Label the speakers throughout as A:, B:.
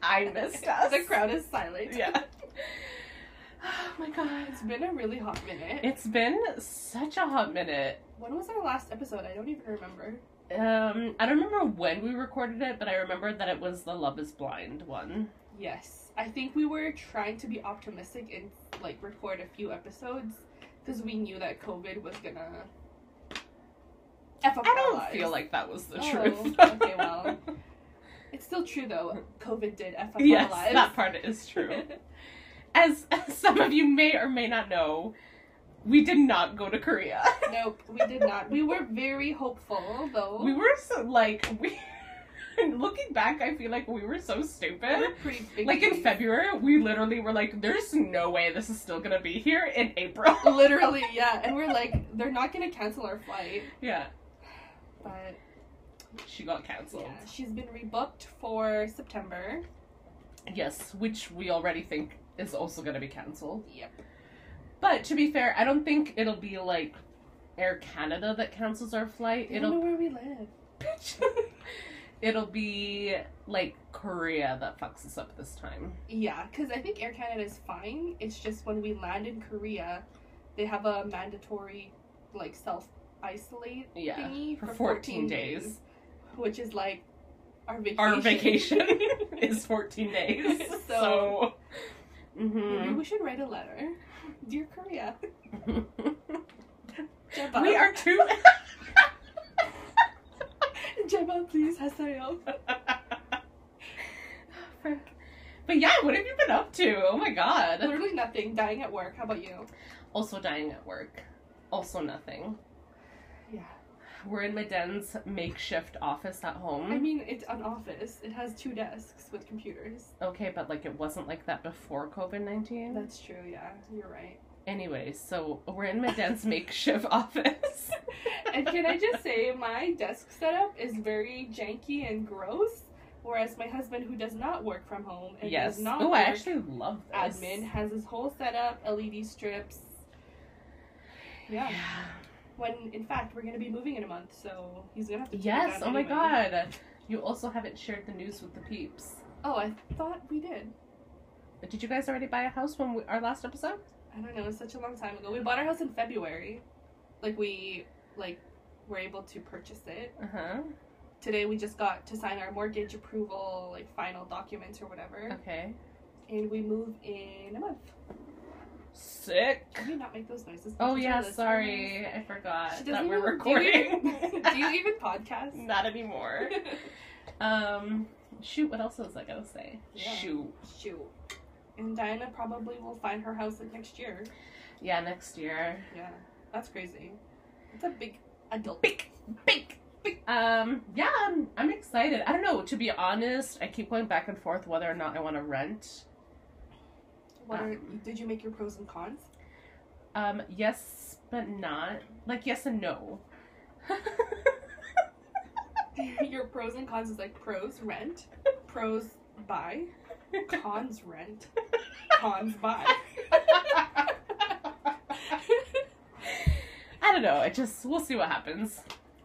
A: behind this stuff.
B: The crowd is silent.
A: Yeah.
B: Oh my god, it's been a really hot minute.
A: It's been such a hot minute.
B: when was our last episode? I don't even remember.
A: Um, I don't remember when we recorded it, but I remember that it was the Love is Blind one.
B: Yes, I think we were trying to be optimistic and like record a few episodes because we knew that COVID was gonna. F up
A: I
B: our
A: don't
B: lives.
A: feel like that was the
B: Oh,
A: truth.
B: okay, well, it's still true though. COVID did f up
A: yes,
B: our lives.
A: that part is true. As, as some of you may or may not know, we did not go to Korea.
B: nope, we did not. We were very hopeful though.
A: We were so like we. looking back, I feel like we were so
B: We
A: stupid.
B: were pretty big.
A: Like in February, we literally were like, "There's no way this is still gonna be here in April."
B: Literally, yeah, and we're like, they're not gonna cancel our flight,
A: yeah,
B: but
A: she got canceled.
B: yeah, she's been rebooked for September.
A: Yes, which we already think is also gonna be canceled.
B: Yep.
A: But to be fair, I don't think it'll be like Air Canada that cancels our flight.
B: You don't know
A: It'll
B: where we live.
A: it'll be like Korea that fucks us up this time.
B: Yeah, because I think Air Canada is fine. It's just when we land in Korea, they have a mandatory like self isolate
A: Yeah,
B: thingy
A: for 14 days.
B: which is like our vacation.
A: Our vacation is 14 days. So,
B: So- mm-hmm. Maybe
A: Mhm.
B: we should write a letter, dear Korea. Jeba.
A: we are too.
B: Jeba, please hasayo.
A: Frick. But yeah, what have you been up to? Oh my god.
B: Literally nothing. Dying at work. How about you?
A: Also dying at work. Also nothing.
B: Yeah.
A: We're in Meden's makeshift office at home.
B: I mean, it's an office. It has two desks with computers.
A: okay, but like it wasn't like that before COVID 19.
B: That's true. Yeah, you're right.
A: Anyway, so we're in Meden's makeshift office.
B: And can I just say, my desk setup is very janky and gross, whereas my husband, who does not work from home and
A: Yes.
B: does not
A: Oh, I
B: work
A: actually love this.
B: admin, has his whole setup, LED strips. Yeah.
A: yeah.
B: When in fact we're gonna be moving in a month, so he's gonna have to. take it
A: Yes,
B: down
A: oh my
B: anyway.
A: god. You also haven't shared the news with the peeps.
B: Oh, I thought we did.
A: Did you guys already buy a house when we, our last episode?
B: I don't know. It's such a long time ago. We bought our house in February. Like we, like, were able to purchase it.
A: Uh huh.
B: Today we just got to sign our mortgage approval, like final documents or whatever.
A: Okay.
B: and we move in a month.
A: Sick.
B: Can you not make those noises?
A: Oh
B: These are
A: yeah,
B: listeners.
A: sorry. I
B: She
A: forgot that
B: doesn't
A: we're
B: even- do you
A: recording.
B: even- Do you even podcast?
A: Not anymore. Um shoot, what else was I gonna say?
B: Yeah.
A: Shoot.
B: Shoot. And Diana probably will find her house like next year.
A: Yeah, next year.
B: Yeah, that's crazy. It's a big adult.
A: Big, big, big. Um, yeah, I'm, I'm excited. I don't know, to be honest, I keep going back and forth whether or not I wanna rent.
B: What are,
A: Um.
B: did you make your pros and cons?
A: Um, yes, but not. Like, yes and no.
B: your pros and cons is like pros rent, pros buy, cons rent, cons buy.
A: I don't know. It just, we'll see what happens.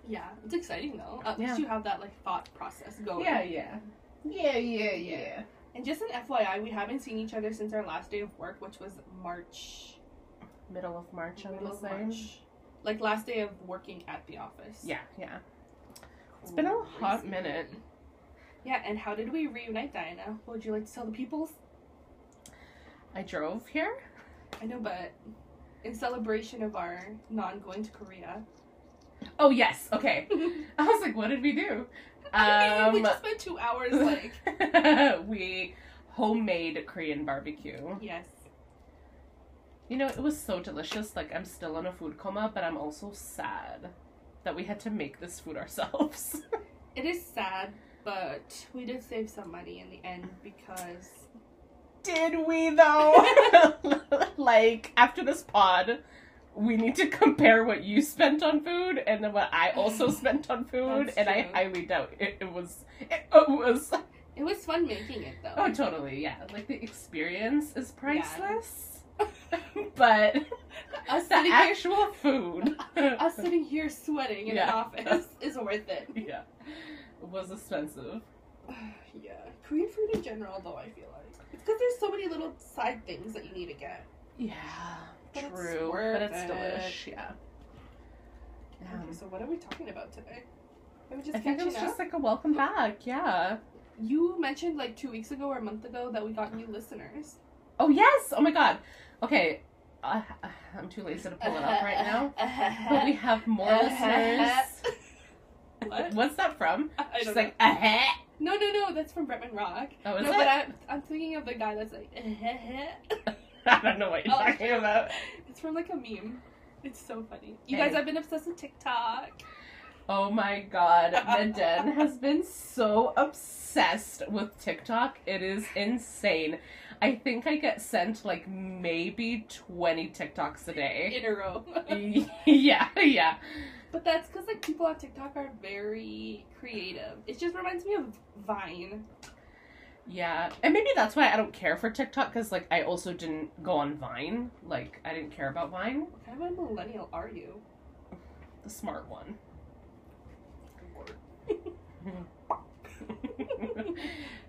B: yeah, it's exciting though. At least
A: Yeah.
B: you have that like thought process going.
A: Yeah, yeah. Yeah, yeah,
B: yeah. And just an FYI, we haven't seen each other since our last day of work, which was March.
A: Middle of March, I'm
B: middle
A: gonna
B: of
A: say.
B: March. Like last day of working at the office.
A: Yeah, yeah. It's been a hot minute.
B: Yeah, and how did we reunite, Diana? What would you like to tell the peoples?
A: I drove here.
B: I know, but in celebration of our non going to Korea.
A: Oh, yes. Okay. I was like, what did we do?
B: I mean, we
A: Um,
B: just spent two hours like.
A: we homemade Korean barbecue.
B: yes.
A: You know, it was so delicious. Like, I'm still in a food coma, but I'm also sad that we had to make this food ourselves.
B: It is sad, but we did save some money in the end because.
A: Did we, though? like, after this pod, we need to compare what you spent on food and then what I also spent on food,
B: That's
A: and I
B: true.
A: highly doubt it, it was. It, it was.
B: It was fun making it though.
A: Oh, totally, yeah. Like, the experience is priceless. but the
B: Us sitting here
A: actual food.
B: us sitting here sweating in
A: Yeah.
B: an office is worth it.
A: yeah. Was expensive.
B: yeah, Korean food in general, though I feel like it's because there's so many little side things that you need to get.
A: Yeah.
B: But it's
A: True.
B: worth
A: but it's
B: it.
A: delish. Yeah. Um,
B: Okay, so what are we talking about today? Are we just
A: I think it
B: catching
A: was
B: up?
A: just like a welcome back. Yeah.
B: You mentioned like two weeks ago or a month ago that we got new listeners.
A: Oh yes. Oh my god. Okay. Uh, I'm too lazy to pull it up right now. But we have more
B: Uh-huh.
A: listeners.
B: What?
A: What's that from?
B: I don't
A: She's
B: know.
A: like, uh
B: no, no, no. That's from Bretman Rock.
A: Oh, is
B: no,
A: it?
B: but
A: I...
B: I'm, I'm thinking of the guy that's like. "Eh,
A: don't know what you're
B: Oh.
A: talking about.
B: it's from like a meme. It's so funny. You
A: Hey.
B: guys, I've been obsessed with TikTok.
A: Oh my god, Meden has been so obsessed with TikTok. It is insane. I think I get sent like maybe 20 TikToks a day.
B: in a row.
A: yeah, yeah.
B: but that's because like people on TikTok are very creative. It just reminds me of Vine.
A: Yeah. And maybe that's why I don't care for TikTok cuz like I also didn't go on Vine. Like I didn't care about Vine,
B: What kind of a millennial are you?
A: the smart one.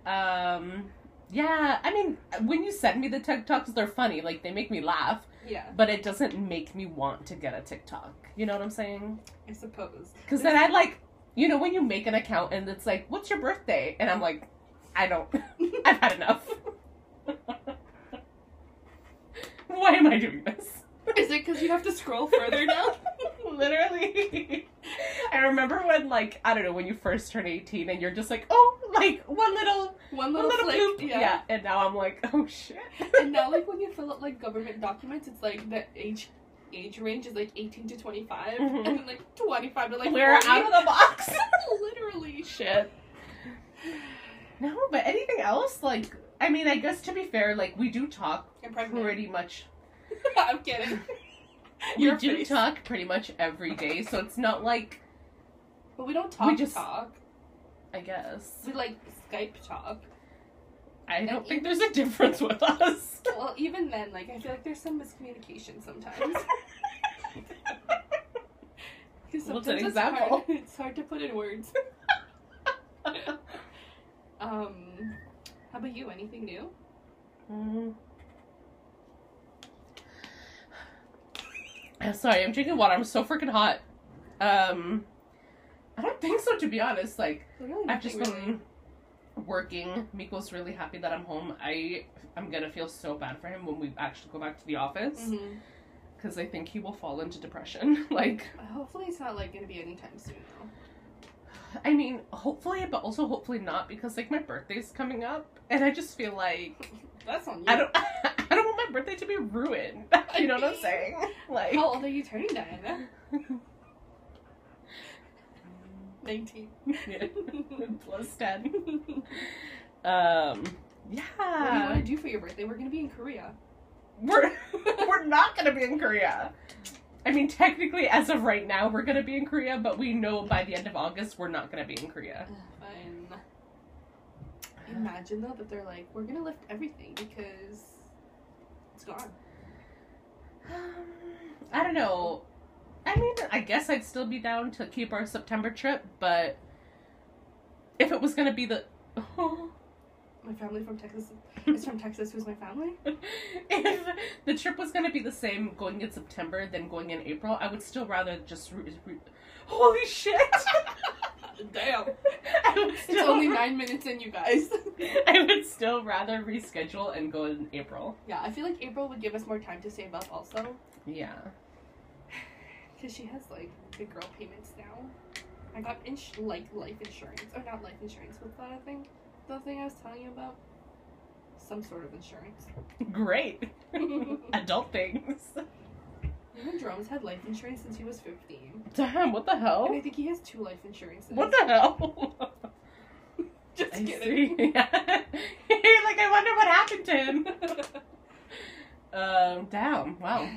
A: um yeah, I mean, when you send me the TikToks, they're funny. Like they make me laugh.
B: yeah,
A: but it doesn't make me want to get a TikTok. You know what I'm saying?
B: I suppose.
A: Because then I'd like, you know, when you make an account and it's like, "What's your birthday?" and I'm like, "I don't. I've had enough. Why am I doing this?"
B: Is it because you have to scroll further now?
A: Literally. I remember when, like, I don't know, when you first turn 18 and you're just like, "Oh, like one little, one
B: One little,
A: little
B: flick.
A: bloop."
B: Yeah.
A: yeah, and now I'm like, "Oh shit."
B: And now, like when you fill out like government documents, it's like the age age range is like 18 to 25,
A: Mhm.
B: and then like 25 to like
A: we're
B: 40.
A: out of the box.
B: literally.
A: shit. No, but anything else? Like, I mean, I guess to be fair, like we do talk
B: I'm pregnant.
A: pretty much.
B: I'm kidding. Your
A: we do
B: face.
A: talk pretty much every day, so it's not like
B: But we don't talk
A: just-
B: talk.
A: I guess
B: We like Skype talk.
A: I don't
B: And
A: think there's a difference with us.
B: Well, even then, like I feel like there's some miscommunication sometimes. Because
A: What's
B: sometimes
A: an
B: it's hard-
A: example?
B: It's hard to put in words. Um, how about you? Anything new?
A: Mm. I'm sorry, I'm drinking water. I'm so freaking hot. Um, I don't think so, to be honest. Like.
B: Really
A: I've just
B: nothing really.
A: been working. Miko's really happy that I'm home. I I'm gonna feel so bad for him when we actually go back to the office
B: Mhm.
A: because I think he will fall into depression. like,
B: Hopefully, it's not like gonna be anytime soon. Though.
A: I mean, hopefully, but also hopefully not because like my birthday's coming up, and I just feel like
B: That's on you.
A: I don't I don't want my birthday to be ruined. you know what I'm saying? Like,
B: How old are you turning, Diana? Nineteen.
A: yeah. plus ten. Um,
B: What do you
A: yeah,
B: want to do for your birthday? We're gonna be in Korea.
A: we're we're not gonna be in Korea. I mean, technically, as of right now, we're gonna be in Korea, but we know by the end of August we're not gonna be in Korea.
B: Fine. Imagine though that they're like, we're gonna lift everything because it's gone.
A: Um, I don't know. I mean, I guess I'd still be down to keep our September trip, but if it was gonna be the
B: My family from Texas is from Texas. Who's my family?
A: if the trip was gonna be the same going in September than going in April, I would still rather just. Re- re- Holy shit!
B: Damn.
A: I would
B: It's
A: still-
B: only nine minutes in, you guys.
A: I would still rather reschedule and go in April.
B: yeah, I feel like April would give us more time to save up also
A: Yeah.
B: because she has like big girl payments now. I got ins- like life insurance or not life insurance, but that I think the thing I was telling you about, some sort of insurance.
A: Great. Adult things.
B: Even Jerome's had life insurance since he was fifteen,
A: Damn, what the
B: and I
A: hell?
B: think he has two life insurances.
A: Oh. What the hell?
B: Just
A: I
B: kidding.
A: see. Yeah. You're like, I wonder what happened to him. Um, damn. Wow.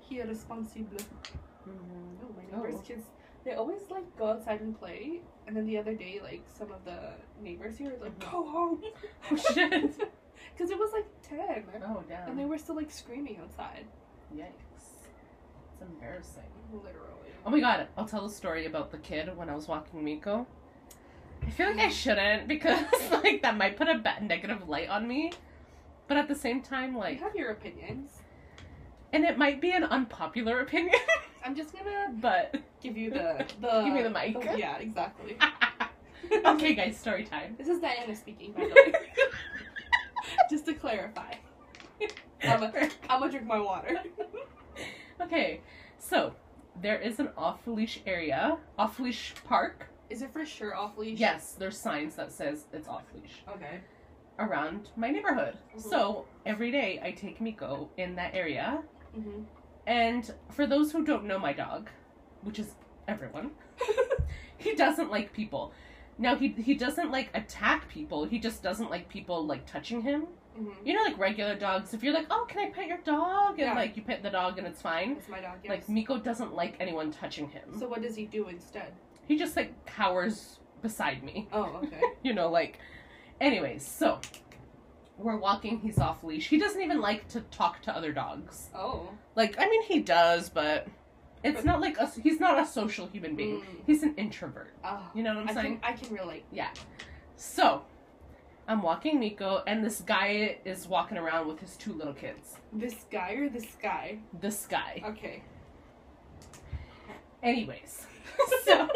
B: He irresponsible.
A: Mm-hmm.
B: No, my
A: Oh.
B: neighbors' kids, they always like go outside and play, and then the other day, like some of the neighbors here were like,
A: Mhm.
B: "Go home,"
A: Oh, shit.
B: because it was like ten,
A: Oh,
B: and they
A: damn.
B: were still like screaming outside.
A: Yikes. It's embarrassing.
B: Literally.
A: Oh my god, I'll tell the story about the kid when I was walking Miko. I feel like I shouldn't because like that might put a bad negative light on me. But at the same time,
B: You
A: like,
B: have your opinions.
A: and it might be an unpopular opinion,
B: I'm just gonna
A: but
B: give you the the
A: Give me the mic.
B: yeah, exactly.
A: okay, guys, story time.
B: This is Diana speaking, by the way. just to clarify. I'm a, I'm gonna drink my water.
A: okay, so there is an off leash area, off leash park.
B: Is it for sure off leash?
A: Yes, there's signs that says it's off leash
B: Okay.
A: around my neighborhood.
B: Mhm.
A: So every day I take Miko in that area,
B: Mm-hmm.
A: and for those who don't know my dog, which is everyone, he doesn't like people. Now he he doesn't like attack people. He just doesn't like people like touching him.
B: Mm-hmm.
A: You know, like regular dogs. If you're like, oh, can I pet your dog? And
B: Yeah.
A: like you pet the dog and it's fine.
B: It's my dog. Yes.
A: Like Miko doesn't like anyone touching him.
B: So what does he do instead?
A: he just like cowers beside me.
B: Oh, okay.
A: you know, like. Anyways, so we're walking. He's off leash. He doesn't even like to talk to other dogs.
B: Oh.
A: Like, I mean, he does, but it's
B: But-
A: not like a, he's not a social human being.
B: Mm.
A: He's an introvert.
B: Oh.
A: You know what I'm
B: I
A: saying?
B: can, I can relate.
A: So, I'm walking Miko, and this guy is walking around with his two little kids.
B: This guy or this guy?
A: This guy.
B: Okay.
A: Anyways, so.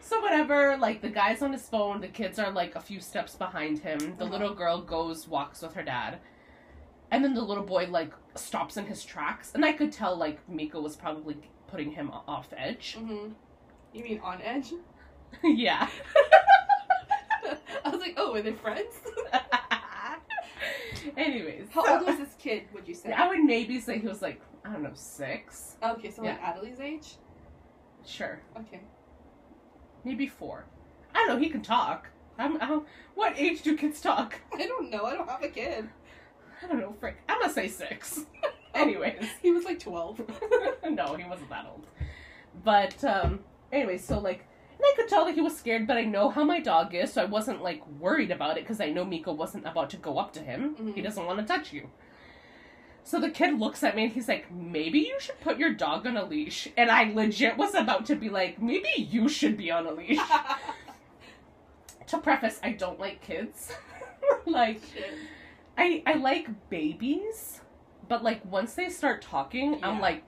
A: So whatever, like the guy's on his phone, the kids are like a few steps behind him. The
B: Uh-huh.
A: little girl goes walks with her dad. And then the little boy like stops in his tracks, and I could tell like Miko was probably putting him o- off edge.
B: Mm-hmm. You mean on edge?
A: yeah.
B: I was like, oh, are they friends?
A: Anyways.
B: How
A: so-
B: old was this kid? Would you say?
A: I would maybe say he was like, I don't know, six?
B: Okay, so like Adelie's age.
A: Sure.
B: Okay.
A: Maybe four. I don't know, he can talk. I'm, I'm, what age do kids talk?
B: I don't know. I don't have a kid. Oh.
A: I don't know, frick. I'm gonna say six. anyways.
B: He was like twelve.
A: no, he wasn't that old. But, um, anyway, so like, and I could tell that he was scared, but I know how my dog is, so I wasn't like worried about it because I know Miko wasn't about to go up to him. He
B: Mhm.
A: doesn't want to touch you. So the kid looks at me and he's like, maybe you should put your dog on a leash. And I legit was about to be like, maybe you should be on a leash. to preface, I don't like kids. like,
B: Shit.
A: I, I like babies, but like once they start talking, I'm
B: Yeah.
A: like,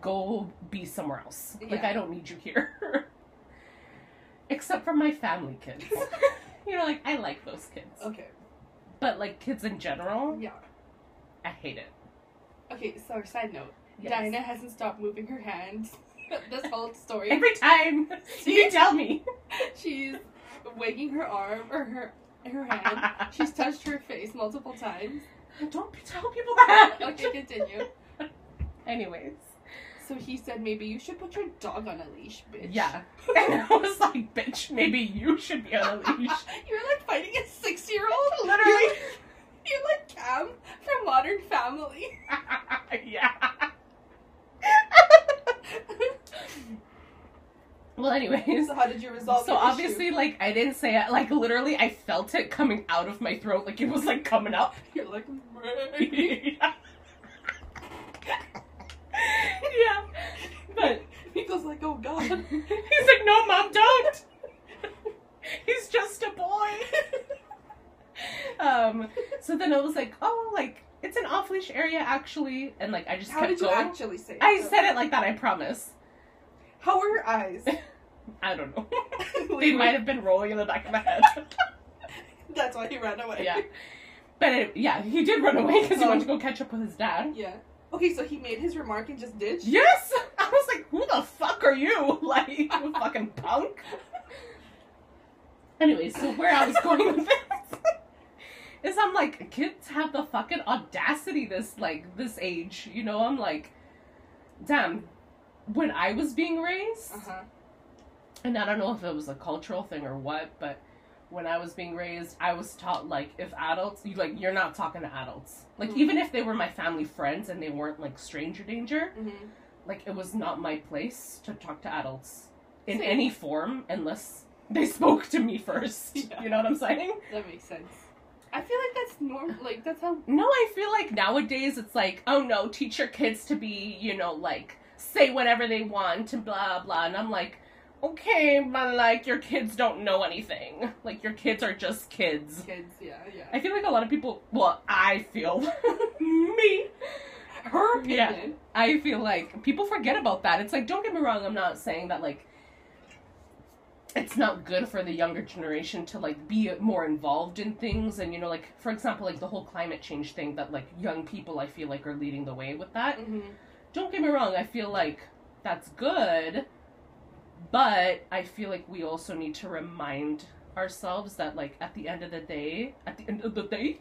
A: go be somewhere else. Like
B: Yeah.
A: I don't need you here. Except for my family kids. you know, like I like those kids.
B: okay.
A: But like kids in general,
B: Yeah.
A: I hate it.
B: Okay. So side note,
A: Yes.
B: Diana hasn't stopped moving her hands. this whole story.
A: Every time you
B: She-
A: tell me.
B: she's wagging her arm or her her hand. She's touched her face multiple times.
A: don't be- tell people that.
B: Okay, continue.
A: Anyways.
B: So he said maybe you should put your dog on a leash, bitch.
A: Yeah. And I was like, bitch, maybe you should be on a leash.
B: You're like fighting a six year old.
A: Literally.
B: You're like Cam from Modern Family.
A: yeah. well, anyways.
B: so how did you resolve?
A: So
B: your
A: obviously, like I didn't say it. Like literally, I felt it coming out of my throat. Like it was like coming up.
B: issue? you're like. "Meh."
A: yeah. yeah. But
B: Miko's like, oh
A: he's
B: god.
A: like, no, mom, don't. he's just a boy. um. So then I was like, oh, like it's an off leash area actually, and like I just
B: How
A: kept
B: did you
A: going.
B: actually say? it,
A: I
B: though?
A: said it like that, I promise.
B: How were your eyes?
A: I don't know. they
B: Wait,
A: might have been rolling in the back of my head.
B: That's why he ran away.
A: yeah. But it, yeah, he did run away because he
B: Oh.
A: wanted to go catch up with his dad.
B: Yeah. Okay, so he made his remark and just ditched.
A: Yes! I was like, who the fuck are you? Like, you fucking punk. Anyways, so where I was going with this is I'm like, kids have the fucking audacity this, like, this age. You know, I'm like, damn, when I was being raised,
B: Uh huh.
A: and I don't know if it was a cultural thing or what, but when I was being raised, I was taught like if adults, you like you're not talking to adults. Like
B: Mhm.
A: even if they were my family friends and they weren't like stranger danger,
B: hmm
A: like it was not my place to talk to adults in
B: Same.
A: any form unless they spoke to me first.
B: Yeah.
A: You know what I'm saying?
B: That makes sense. I feel like that's normal. Like that's how.
A: No, I feel like nowadays it's like, oh no, teach your kids to be, you know, like say whatever they want and blah blah. And I'm like, okay, but like your kids don't know anything. Like your kids are just kids.
B: Kids, yeah, yeah.
A: I feel like a lot of people, well, I feel, me,
B: Her
A: Yeah.
B: opinion.
A: I feel like people forget about that. It's like, don't get me wrong, I'm not saying that like it's not good for the younger generation to like be more involved in things and you know like for example like the whole climate change thing that like young people I feel like are leading the way with that.
B: hmm
A: Don't get me wrong, I feel like that's good, but I feel like we also need to remind ourselves that like at the end of the day, at the end of the day,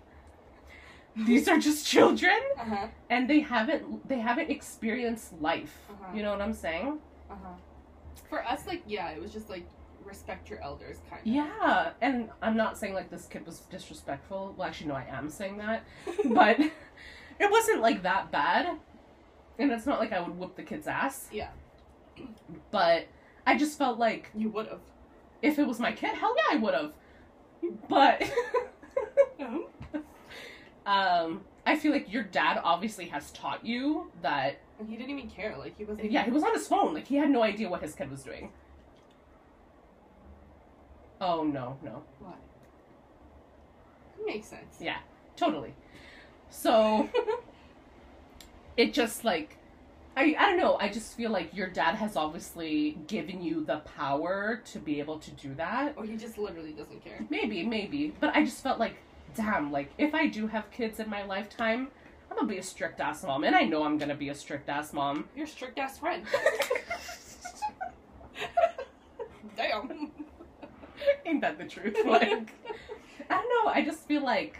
A: these are just children
B: Uh huh.
A: and they haven't they haven't experienced life
B: Uh-huh.
A: you know what i'm saying
B: Uh huh. For us, like, yeah, it was just like respect your elders, kind of.
A: yeah and i'm not saying like this kid was disrespectful well actually no i am saying that but it wasn't like that bad and it's not like i would whoop the kid's ass
B: Yeah.
A: but i just felt like
B: you would have.
A: if it was my kid hell yeah i would have but um i feel like your dad obviously has taught you that
B: And he didn't even care. Like he wasn't.
A: Yeah, he was on his phone. Like he had no idea what his kid was doing. Oh no, no,
B: What? It makes sense.
A: Yeah. totally. So it just like I I don't know. I just feel like your dad has obviously given you the power to be able to do that.
B: Or he just literally doesn't care.
A: Maybe, maybe, but I just felt like, damn, like if I do have kids in my lifetime, I'm gonna be a strict ass mom, and I know I'm gonna be a strict ass mom.
B: You're a strict ass friend. Damn.
A: Ain't that the truth? Like. I don't know. I just feel like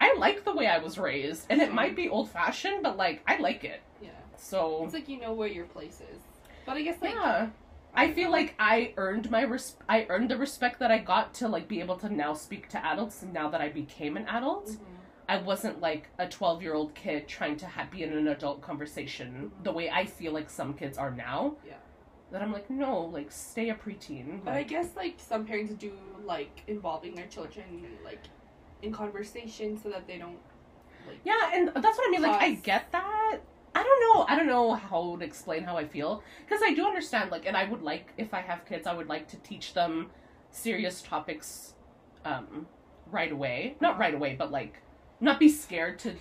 A: I like the way I was raised, and
B: Mm-hmm.
A: it might be old fashioned, but like I like it.
B: yeah.
A: So
B: It's like you know where your place is. But I guess like
A: yeah, I feel like I earned my res- I earned the respect that I got to like be able to now speak to adults. Now that I became an adult,
B: Mm-hmm.
A: I wasn't like a twelve year old kid trying to ha- be in an adult conversation the way I feel like some kids are now.
B: Yeah.
A: That I'm like no, like stay a preteen.
B: But I
A: Like,
B: guess like some parents do like involving their children like in conversation so that they don't like
A: Yeah, and that's what I mean. Like, I
B: Pause.
A: get that. I don't know. I don't know how to explain how I feel because I do understand. Like, and I would like if I have kids, I would like to teach them serious topics, um, right away. Not right away, but like, not be scared to.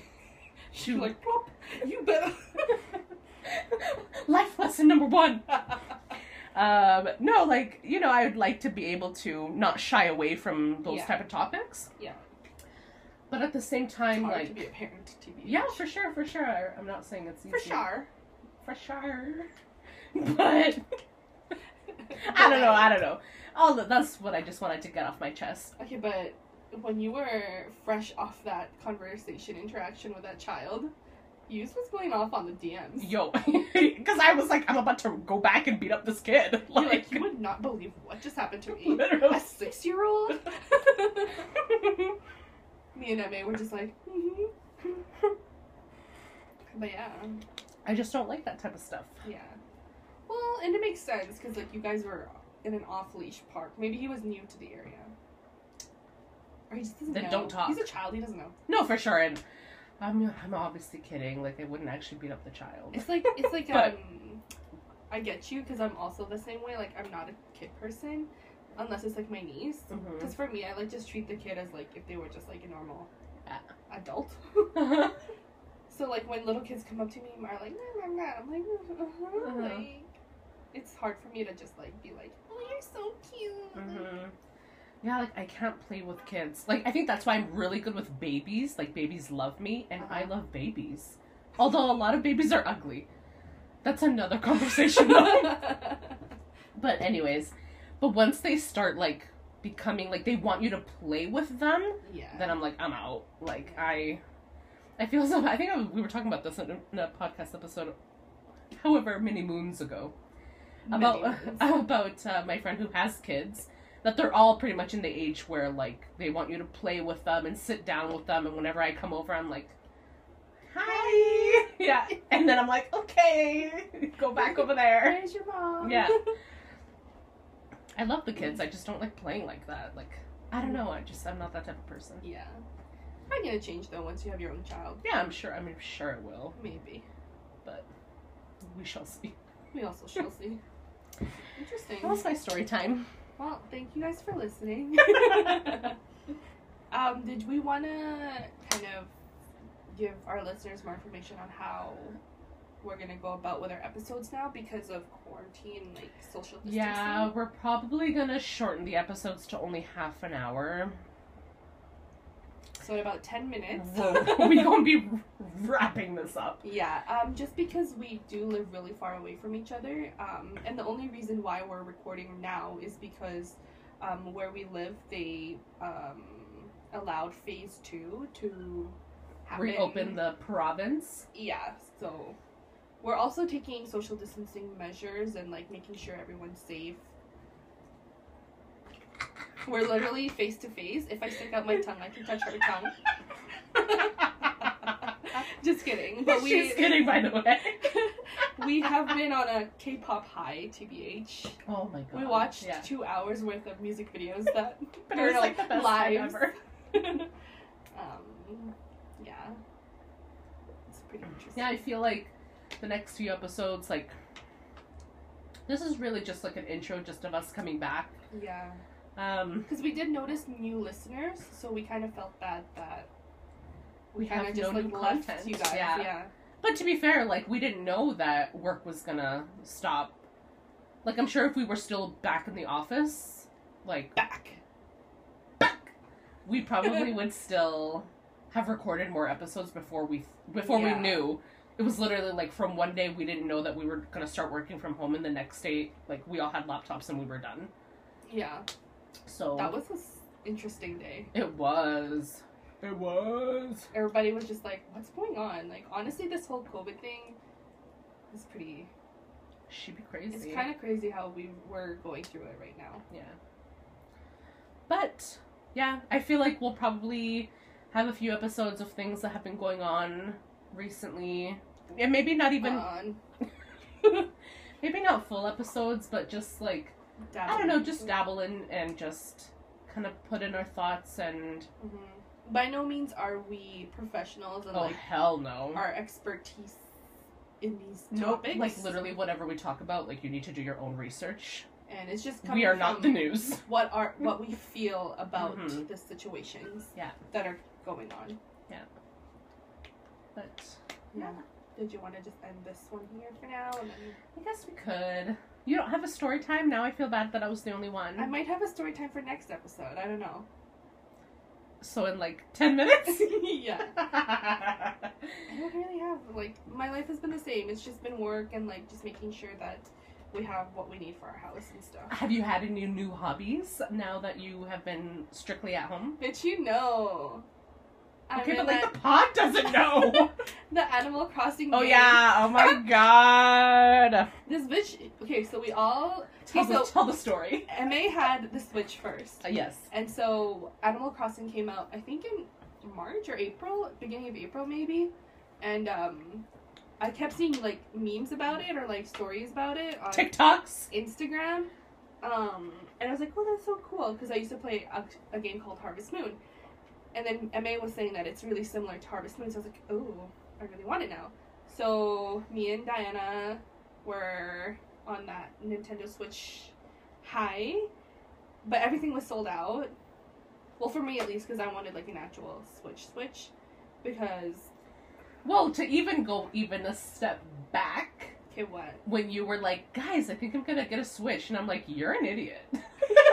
B: She's like plop. You better.
A: Life lesson number one. Um, no, like you know, I would like to be able to not shy away from those
B: Yeah.
A: type of topics.
B: Yeah.
A: But at the same time,
B: Hard
A: like,
B: to be a parent to be
A: yeah, for sure, for sure. I- I'm not saying it's easy.
B: for sure.
A: for sure. But I don't know. I don't know. All the, that's what I just wanted to get off my chest.
B: Okay, but when you were fresh off that conversation interaction with that child, you was going off on the DMs.
A: Yo, because I was like, I'm about to go back and beat up this kid.
B: You're
A: Like,
B: like, you would not believe what just happened to me.
A: literally.
B: A six year old? me and Emma were just like, hmm but yeah,
A: I just don't like that type of stuff.
B: yeah. Well, and it makes sense because like you guys were in an off leash park. Maybe he was new to the area. Or he just doesn't
A: Then
B: know.
A: don't talk.
B: He's a child. He doesn't know.
A: No, for sure. And I'm, I'm obviously kidding. Like, I wouldn't actually beat up the child.
B: It's like it's like
A: But-
B: um, I get you because I'm also the same way. Like I'm not a kid person, unless it's like my niece.
A: Mhm.
B: Because for me, I like just treat the kid as like if they were just like a normal
A: Yeah.
B: adult.
A: Mhm.
B: so like when little kids come up to me and are like, nah, nah, nah, I'm like, uh-huh.
A: Uh-huh.
B: like, it's hard for me to just like be like, oh, you're so cute.
A: Mhm. Yeah, like I can't play with kids. Like I think that's why I'm really good with babies. Like babies love me, and I
B: Uh-huh.
A: love babies. Although a lot of babies are ugly. That's another conversation. though. but anyways, but once they start like becoming like they want you to play with them,
B: yeah.
A: then I'm like I'm out. Like I, I feel so. I think I, we were talking about this in a, in a podcast episode, however many moons ago about
B: Minions.
A: about uh, my friend who has kids that they're all pretty much in the age where like they want you to play with them and sit down with them and whenever i come over i'm like hi yeah and then i'm like okay go back over there
B: Where's your mom?
A: Yeah. i love the kids i just don't like playing like that like i don't know i just i'm not that type of person
B: yeah. Probably gonna change though once you have your own child.
A: yeah i'm sure i mean sure it will
B: Maybe.
A: we shall see
B: We also shall see. Interesting.
A: That was my story time.
B: Well, thank you guys for listening. um, did we want to kind of give our listeners more information on how we're gonna go about with our episodes now because of quarantine, like social distancing?
A: Yeah, we're probably gonna shorten the episodes to only half an hour.
B: So in about ten minutes.
A: Whoa, we gonna be wrapping this up.
B: Yeah, um, just because we do live really far away from each other, um, and the only reason why we're recording now is because um, where we live, they um, allowed phase two to happen.
A: Reopen the province.
B: Yeah, so we're also taking social distancing measures and like making sure everyone's safe. We're literally face to face. If I stick out my tongue, I can touch her tongue. Just kidding. But we
A: She's kidding, by the way.
B: we have been on a K-pop high, tbh.
A: Oh my god.
B: We watched
A: Yeah.
B: two hours worth of music videos that,
A: But it was
B: Or,
A: like the
B: like,
A: best time
B: lives.
A: ever.
B: um, yeah, it's pretty interesting.
A: Yeah, I feel like the next few episodes, like this is really just like an intro, just of us coming back.
B: yeah.
A: Um,
B: Because we did notice new listeners, so we kind of felt bad that we,
A: We
B: kind of
A: have
B: just
A: no
B: like
A: new
B: left
A: content.
B: you guys.
A: Yeah. but to be fair, like we didn't know that work was gonna stop. Like I'm sure if we were still back in the office, like
B: back.
A: back, we probably would still have recorded more episodes before we before
B: Yeah.
A: we knew. It was literally like from one day we didn't know that we were gonna start working from home, and the next day, like we all had laptops and we were done.
B: Yeah,
A: So
B: that was an interesting day.
A: It was. It was.
B: Everybody was just like, "What's going on?" Like, honestly, this whole COVID thing is pretty.
A: She'd be crazy.
B: It's kind of crazy how we were going through it right now.
A: Yeah. But yeah, I feel like we'll probably have a few episodes of things that have been going on recently. And maybe not even
B: on Uh.
A: maybe not full episodes, but just like I don't know, just dabble in and just kind of put in our thoughts and
B: hmm By no means are we professionals and
A: oh
B: like
A: hell no.
B: our expertise in these
A: No,
B: topics.
A: like literally whatever we talk about, like you need to do your own research.
B: and it's just coming
A: We are not
B: from
A: the news.
B: what are what we feel about
A: Mhm.
B: the situations
A: Yeah.
B: that are going on.
A: But
B: Yeah. Did you want to just end this one here for now? And then
A: I guess we could. You don't have a story time now. I feel bad that I was the only one.
B: I might have a story time for next episode. I don't know.
A: so in like ten minutes.
B: yeah. I don't really have like my life has been the same. It's just been work and like just making sure that we have what we need for our house and stuff.
A: have you had any new hobbies now that you have been strictly at home?
B: Bitch, you know. I'm
A: okay,
B: in
A: but like
B: that-
A: the pod doesn't know.
B: the Animal Crossing.
A: oh
B: game.
A: yeah. Oh my god.
B: This bitch. Okay, so we all.
A: Tell,
B: Okay, so
A: the, tell the story.
B: Ma had the Switch first,
A: Uh, yes.
B: and so Animal Crossing came out. I think in March or April, beginning of April maybe, and um, I kept seeing like memes about it or like stories about it on
A: TikToks.
B: Instagram. Um, and I was like, "Oh, that's so cool," because I used to play a, a game called Harvest Moon, and then Ma was saying that it's really similar to Harvest Moon. So I was like, "Oh, I really want it now." So me and Diana were on that Nintendo Switch high, but everything was sold out. Well, for me at least, because I wanted like an actual Switch Switch, because
A: Well, to even go even a step back.
B: okay, what?
A: when you were like, guys, I think I'm gonna get a Switch, and I'm like, you're an idiot.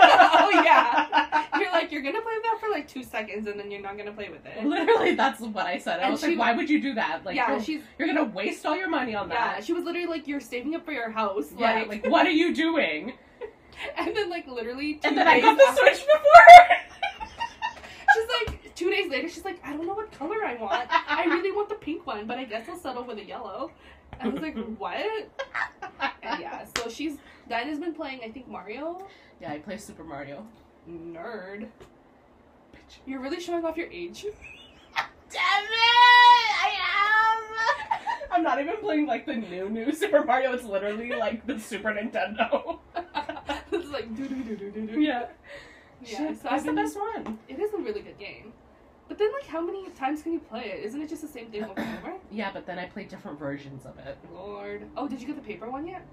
B: Oh, yeah. You're like you're gonna play with that for like two seconds, and then you're not gonna play with it.
A: Literally, that's what I said. I
B: And
A: was
B: she-
A: like, why would you do that? Like, oh.
B: yeah,
A: you're,
B: she's
A: you're gonna waste all your money on
B: Yeah,
A: that.
B: she was literally like, "You're saving up for your house,"
A: Yeah,
B: like,
A: like, what are you doing?
B: and then like literally two
A: And then I
B: days
A: got the
B: after-
A: Switch before.
B: She's like, two days later, she's like, "I don't know what color I want. I really want the pink one, but I guess I'll settle with a yellow." I was like, "What?" And yeah, so she's Dinah's been playing, I think Mario.
A: yeah, I play Super Mario.
B: Nerd,
A: Bitch.
B: you're really showing off your age.
A: Damn it! I am. I'm not even playing like the new new Super Mario. It's literally like the Super Nintendo.
B: it's like do do do do do do.
A: yeah,
B: yeah.
A: Shit,
B: So I've
A: that's the
B: been,
A: best one.
B: It is a really good game, but then like, how many times can you play it? Isn't it just the same thing over and over?
A: Yeah, but then I play different versions of it.
B: Lord. Oh, did you get the paper one yet?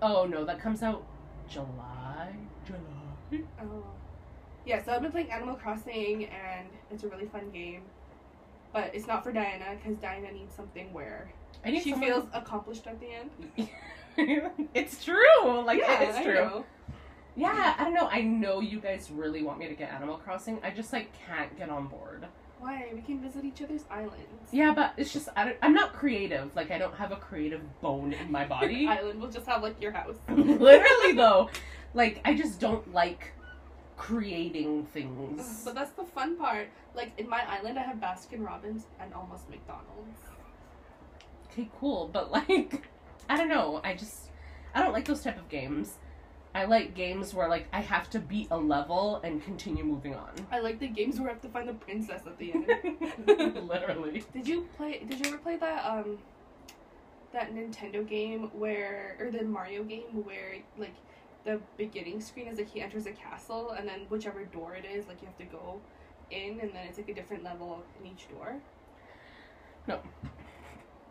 A: Oh no, that comes out July. July.
B: Oh. Yeah, so I've been playing Animal Crossing and it's a really fun game. But it's not for Diana because Diana needs something where
A: I need
B: she
A: someone-
B: feels accomplished at the end.
A: it's true. Like
B: yeah,
A: it is
B: I
A: true.
B: know.
A: Yeah, I don't know. I know you guys really want me to get Animal Crossing. I just like can't get on board.
B: Why? We can visit each other's islands.
A: Yeah, but it's just I don't, I'm not creative. Like I don't have a creative bone in my body.
B: Your island will just have like your house.
A: Literally though, like I just don't like creating
B: Ugh,
A: things.
B: But that's the fun part. Like in my island, I have Baskin Robbins and almost McDonald's.
A: Okay, cool. But like I don't know. I just I don't like those type of games. I like games where like I have to beat a level and continue moving on.
B: I like the games where I have to find the princess at the end.
A: Literally.
B: Did you play? Did you ever play that um, that Nintendo game where, or the Mario game where, like, the beginning screen is like he enters a castle and then whichever door it is, like you have to go in, and then it's like a different level in each door.
A: No.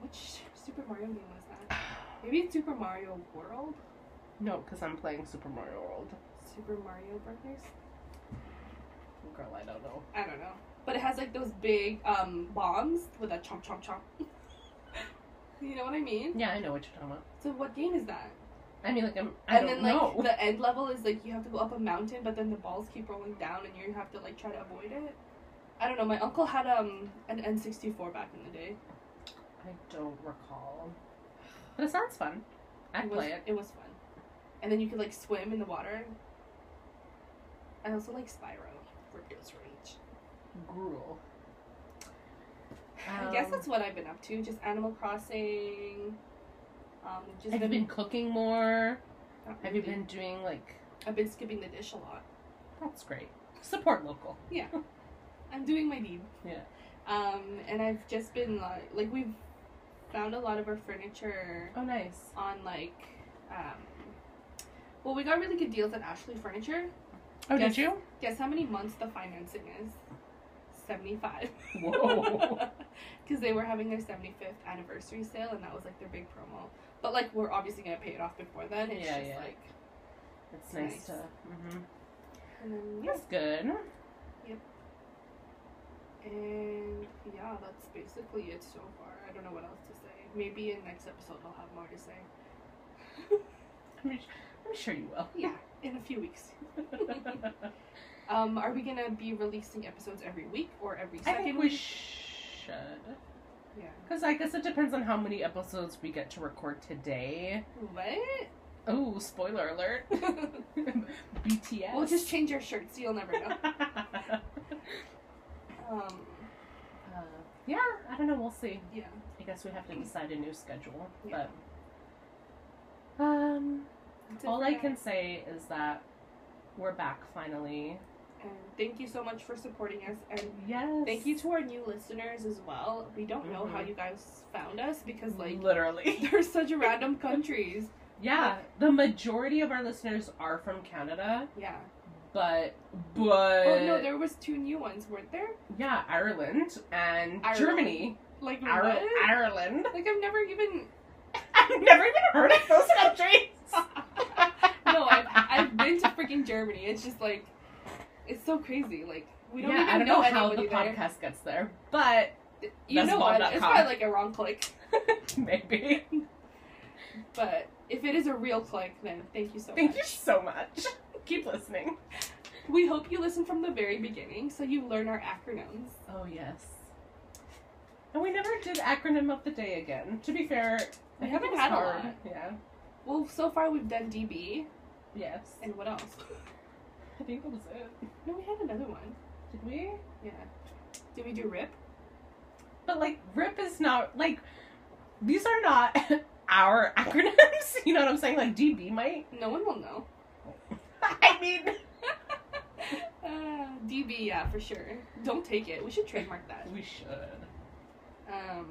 B: Which Super Mario game was that? Maybe it's Super Mario World.
A: No, because I'm playing Super Mario World.
B: Super Mario Brothers.
A: Girl, I don't know.
B: I don't know. But it has like those big um bombs with a chomp chomp chomp. you know what I mean?
A: Yeah, I know what you're talking about.
B: So what game is that?
A: I mean, like I'm. I
B: and
A: don't
B: then like
A: know.
B: the end level is like you have to go up a mountain, but then the balls keep rolling down, and you have to like try to avoid it. I don't know. My uncle had um an N sixty four back in the day.
A: I don't recall. But it sounds fun. I'd
B: it was,
A: play it.
B: It was fun. And then you could like swim in the water. I also like Spyro for Dose Rage.
A: Gruel.
B: I guess
A: Um,
B: that's what I've been up to. Just Animal Crossing. Um, just
A: Have you been cooking more?
B: not
A: Have you
B: really.
A: been doing like?
B: I've been skipping the dish a lot.
A: That's great. Support local.
B: I'm doing my deed.
A: Yeah.
B: Um, and I've just been like, like we've found a lot of our furniture
A: Oh, nice.
B: on like, um, well, we got really good deals at Ashley Furniture.
A: Oh,
B: Yes.
A: did you?
B: Guess how many months the financing is? Seventy-five.
A: Whoa.
B: Because they were having their seventy-fifth anniversary sale, and that was like their big promo. But like, we're obviously gonna pay it off before then. It's
A: Yeah,
B: just
A: yeah.
B: like,
A: It's nice,
B: Nice.
A: to. hmm
B: and then um, yeah,
A: That's good.
B: and yeah, that's basically it so far. I don't know what else to say. Maybe in next episode I'll have more to say.
A: I'm, s- I'm sure you will.
B: Yeah, in a few weeks. Um, are we gonna be releasing episodes every week or every
A: I
B: second
A: think we
B: week?
A: should.
B: yeah.
A: Because I guess it depends on how many episodes we get to record today.
B: What?
A: Oh, spoiler alert. BTS.
B: We'll just change our shirts. You'll never know.
A: uh,
B: um,
A: yeah, I don't know. We'll see.
B: yeah.
A: I guess we have to decide a new schedule.
B: Yeah.
A: But um,
B: That's it
A: all
B: for
A: I
B: now.
A: can say is that we're back finally.
B: And thank you so much for supporting us, and
A: Yes.
B: thank you to our new listeners as well. We don't know how
A: Mhm.
B: you guys found us because like
A: literally.
B: they're such random countries.
A: Yeah, the majority of our listeners are from Canada,
B: Yeah.
A: but but
B: Oh no, there was two new ones, weren't there?
A: yeah, Ireland and
B: Ireland.
A: Germany.
B: Like
A: Ire-
B: what?
A: Ireland.
B: like I've never even.
A: I've never even heard of those countries.
B: no, I've, I've been to freaking Germany. It's just like, it's so crazy. Like we don't
A: yeah,
B: even
A: I don't know,
B: know,
A: how the
B: anybody there.
A: podcast gets there, but
B: You know what? It's
A: Buzzbomb.com.
B: probably like a wrong click.
A: maybe.
B: But if it is a real click, then thank you so
A: Thank
B: much.
A: you so much. Keep listening.
B: We hope you listen from the very beginning so you learn our acronyms.
A: Oh yes. And we never did acronym of the day again. To be fair, I
B: We
A: think
B: haven't
A: it was
B: had a
A: hard.
B: lot.
A: Yeah.
B: Well, so far we've done DB.
A: Yes.
B: And what else?
A: I think that was it.
B: No, we had another one.
A: Did we?
B: Yeah. Did we do RIP?
A: But like RIP is not like these are not our acronyms. You know what I'm saying? Like DB might.
B: No one will know.
A: I mean,
B: Uh, DB, yeah, for sure. Don't take it. We should trademark that.
A: we should.
B: Um,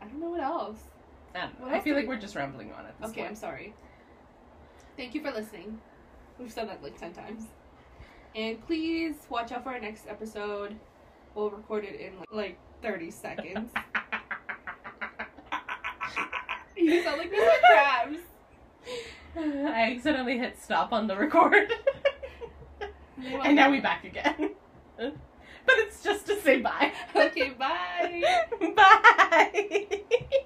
B: I don't know what else.
A: I, don't know.
B: What
A: I
B: else
A: feel
B: do
A: like
B: we-
A: we're just rambling on at this
B: Okay, I'm
A: point.
B: sorry. Thank you for listening. We've said that like 10 times. And please watch out for our next episode. We'll record it in like, like 30 seconds. you sound like Mr. Crab.
A: I accidentally hit stop on the record. and now we back again. but it's just to say bye.
B: Okay, bye.
A: bye.